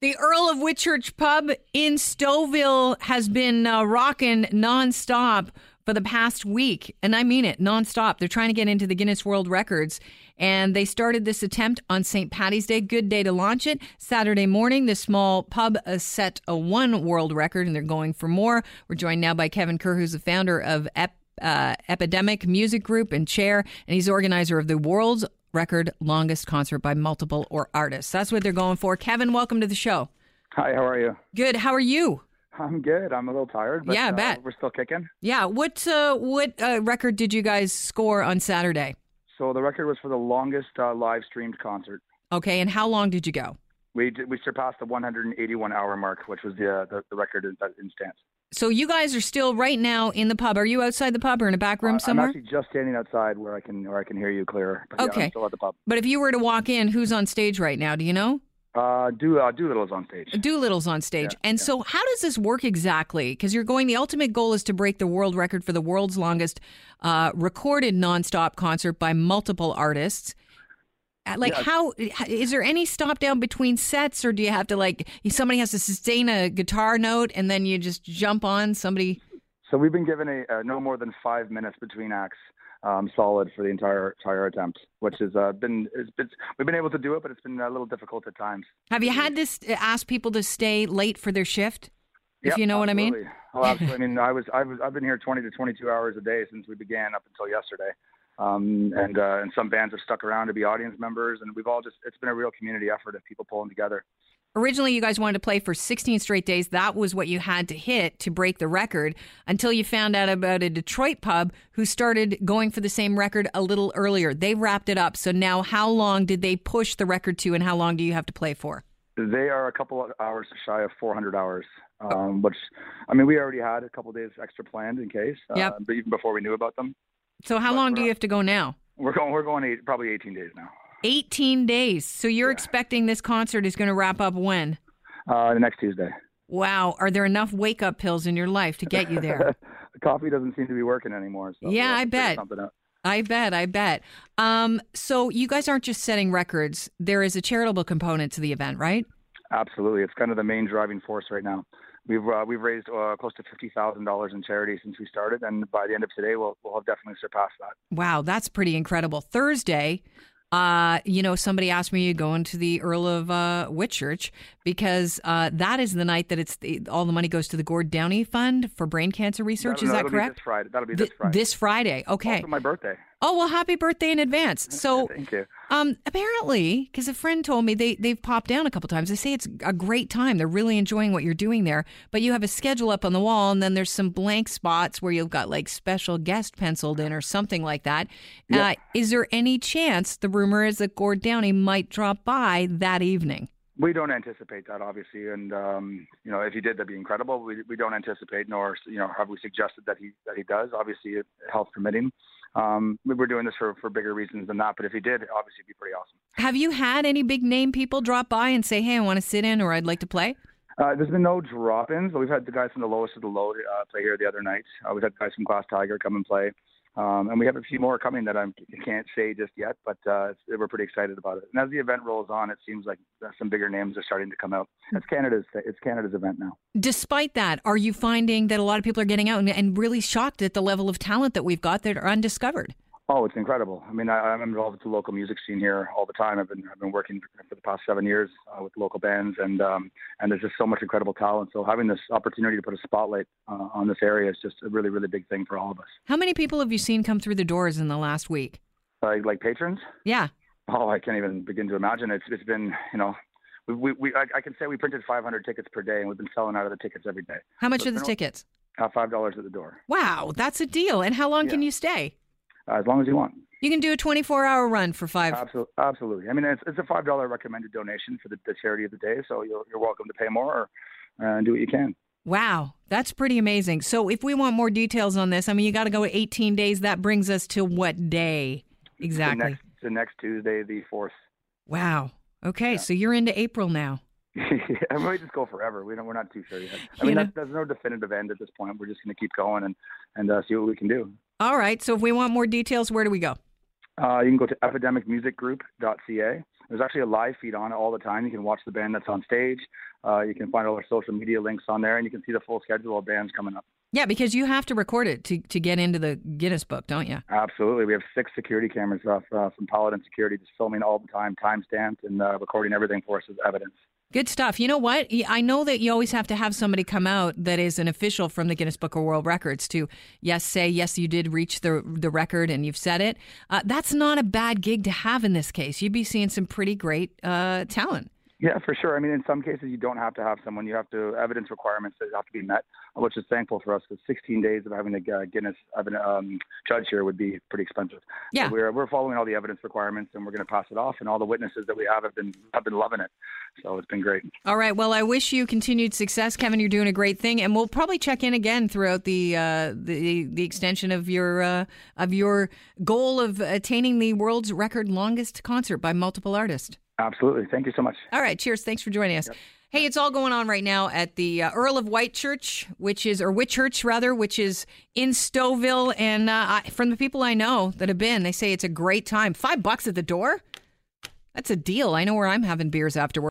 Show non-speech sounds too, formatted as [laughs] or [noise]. The Earl of Whitchurch Pub in Stouffville has been uh, rocking nonstop for the past week, and I mean it, nonstop. They're trying to get into the Guinness World Records, and they started this attempt on St. Patty's Day. Good day to launch it. Saturday morning, this small pub uh, set a one world record, and they're going for more. We're joined now by Kevin Kerr, who's the founder of Ep- uh, Epidemic Music Group and chair, and he's organizer of the world's record longest concert by multiple or artists. That's what they're going for. Kevin, welcome to the show. Hi, how are you? Good. How are you? I'm good. I'm a little tired, but Yeah, I uh, bet. we're still kicking. Yeah. What uh, what uh, record did you guys score on Saturday? So the record was for the longest uh, live streamed concert. Okay, and how long did you go? We did, we surpassed the 181 hour mark, which was the uh, the, the record in, that instance. So you guys are still right now in the pub. Are you outside the pub or in a back room somewhere? Uh, I'm actually just standing outside where I can where I can hear you clearer. But Yeah, Okay. I'm still at the pub. but if you were to walk in, who's on stage right now? Do you know? Uh, Do uh, Doolittle's on stage. Doolittle's on stage. and so, how does this work exactly? Because you're going, the ultimate goal is to break the world record for the world's longest uh, recorded nonstop concert by multiple artists. Uh, Like, how is there any stop down between sets, or do you have to, like, somebody has to sustain a guitar note and then you just jump on somebody? So we've been given a uh, no more than five minutes between acts. Um, solid for the entire entire attempt, which has uh, been it's, it's, we've been able to do it, but it's been a little difficult at times. Have you had this uh, ask people to stay late for their shift? If Yep, you know what I mean? absolutely. Oh, absolutely. I mean, I was, I was, I've been here 20 to 22 hours a day since we began up until yesterday. Um, and, uh, and some bands have stuck around to be audience members and we've all just, it's been a real community effort of people pulling together. Originally, you guys wanted to play for 16 straight days. That was what you had to hit to break the record until you found out about a Detroit pub who started going for the same record a little earlier. They wrapped it up. So now, how long did they push the record to, and how long do you have to play for? They are a couple of hours shy of 400 hours, Oh. um, which, I mean, we already had a couple days extra planned in case, uh, Yep. but even before we knew about them, So, how long do you have to go now? we're going, we're going eight, probably 18 days now. 18 days. So, you're expecting this concert is going to wrap up when? Uh, the next Tuesday. Wow. Are there enough wake up pills in your life to get you [laughs] there? The coffee doesn't seem to be working anymore. So Yeah, we'll have I to figure bet. Something out. I bet, I bet. Um, so you guys aren't just setting records. There is a charitable component to the event, right? Absolutely, it's kind of the main driving force right now. We've uh, we've raised uh, close to fifty thousand dollars in charity since we started, and by the end of today, we'll we'll have definitely surpassed that. Wow, that's pretty incredible. Thursday, uh, you know, somebody asked me going to the Earl of uh, Whitchurch because uh, that is the night that it's the, all the money goes to the Gord Downey Fund for brain cancer research. That'll- Is that that'll be correct? This Friday. That'll be Th- this Friday. This Friday. Okay. Also my birthday. Oh well, happy birthday in advance. [laughs] So Thank you. Um, apparently, because a friend told me they they've popped down a couple times. They say it's a great time. They're really enjoying what you're doing there. But you have a schedule up on the wall, and then there's some blank spots where you've got like special guest penciled in or something like that. Uh, is there any chance? The rumor is that Gord Downey might drop by that evening. We don't anticipate that, obviously, and um, you know, if he did, that'd be incredible. We we don't anticipate, nor you know, have we suggested that he that he does. Obviously, if health permitting. Um, we- we're doing this for for bigger reasons than that, but if he did, obviously, it'd be pretty awesome. Have you had any big name people drop by and say, "Hey, I want to sit in," or "I'd like to play"? Uh, there's been no drop-ins. We've had the guys from the lowest of the low uh, play here the other night. Uh, we've had guys from Glass Tiger come and play, um, and we have a few more coming that I can't say just yet, but uh, it's, we're pretty excited about it. And as the event rolls on, it seems like uh, some bigger names are starting to come out. It's Canada's it's Canada's event now. Despite that, are you finding that a lot of people are getting out and, and really shocked at the level of talent that we've got that are undiscovered? Oh, it's incredible. I mean, I, I'm involved with the local music scene here all the time. I've been I've been working for the past seven years uh, with local bands, and um, and there's just so much incredible talent. So having this opportunity to put a spotlight uh, on this area is just a really really big thing for all of us. How many people have you seen come through the doors in the last week? Uh, like patrons. Yeah. Oh, I can't even begin to imagine. It's it's been you know, we we, we I, I can say we printed 500 tickets per day, and we've been selling out of the tickets every day. How much So are the it's been tickets? a- Uh, Five dollars at the door, Wow, that's a deal. And how long can Yeah. you stay? uh, as long as you want. You can do a 24 hour run for five. Absolutely, absolutely. I mean, it's it's a five dollar recommended donation for the, the charity of the day, so you're you're welcome to pay more or uh, do what you can. wow, that's pretty amazing. So, if we want more details on this, I mean, you got to go 18 days. That brings us to what day exactly? The next the next Tuesday, the fourth. [laughs] wow. Okay, so you're into April now. I might just go forever. We don't. We're not too sure yet. I You mean, know- that's, there's no definitive end at this point. We're just going to keep going and and uh, see what we can do. All right, so if we want more details, where do we go? Uh, you can go to epidemicmusicgroup.ca. There's actually a live feed on it all the time. You can watch the band that's on stage. Uh, you can find all our social media links on there, and you can see the full schedule of bands coming up. Yeah, because you have to record it to, to get into the Guinness book, don't you? Absolutely. We have six security cameras uh, from Paladin Security just filming all the time, time stamped, and uh, recording everything for us as evidence. Good stuff. You know what? I know that you always have to have somebody come out that is an official from the Guinness Book of World Records to yes, say yes, you did reach the the record and you've said it. Uh, that's not a bad gig to have in this case. You'd be seeing some pretty great uh, talent. Yeah, for sure. I mean, in some cases, you don't have to have someone. You have to evidence requirements that have to be met, which is thankful for us because 16 days of having a Guinness um, judge here would be pretty expensive. Yeah, so we're we're following all the evidence requirements, and we're going to pass it off. And all the witnesses that we have have been have been loving it, so it's been great. All right. Well, I wish you continued success, Kevin. You're doing a great thing, and we'll probably check in again throughout the uh, the the extension of your uh, of your goal of attaining the world's record longest concert by multiple artists. Absolutely. Thank you so much. All right. Cheers. Thanks for joining us. Yep. Hey, it's all going on right now at the uh, Earl of White Church, which is, or White Church rather, which is in Stouffville. And uh, I, from the people I know that have been, they say it's a great time. Five bucks at the door? That's a deal. I know where I'm having beers afterwards.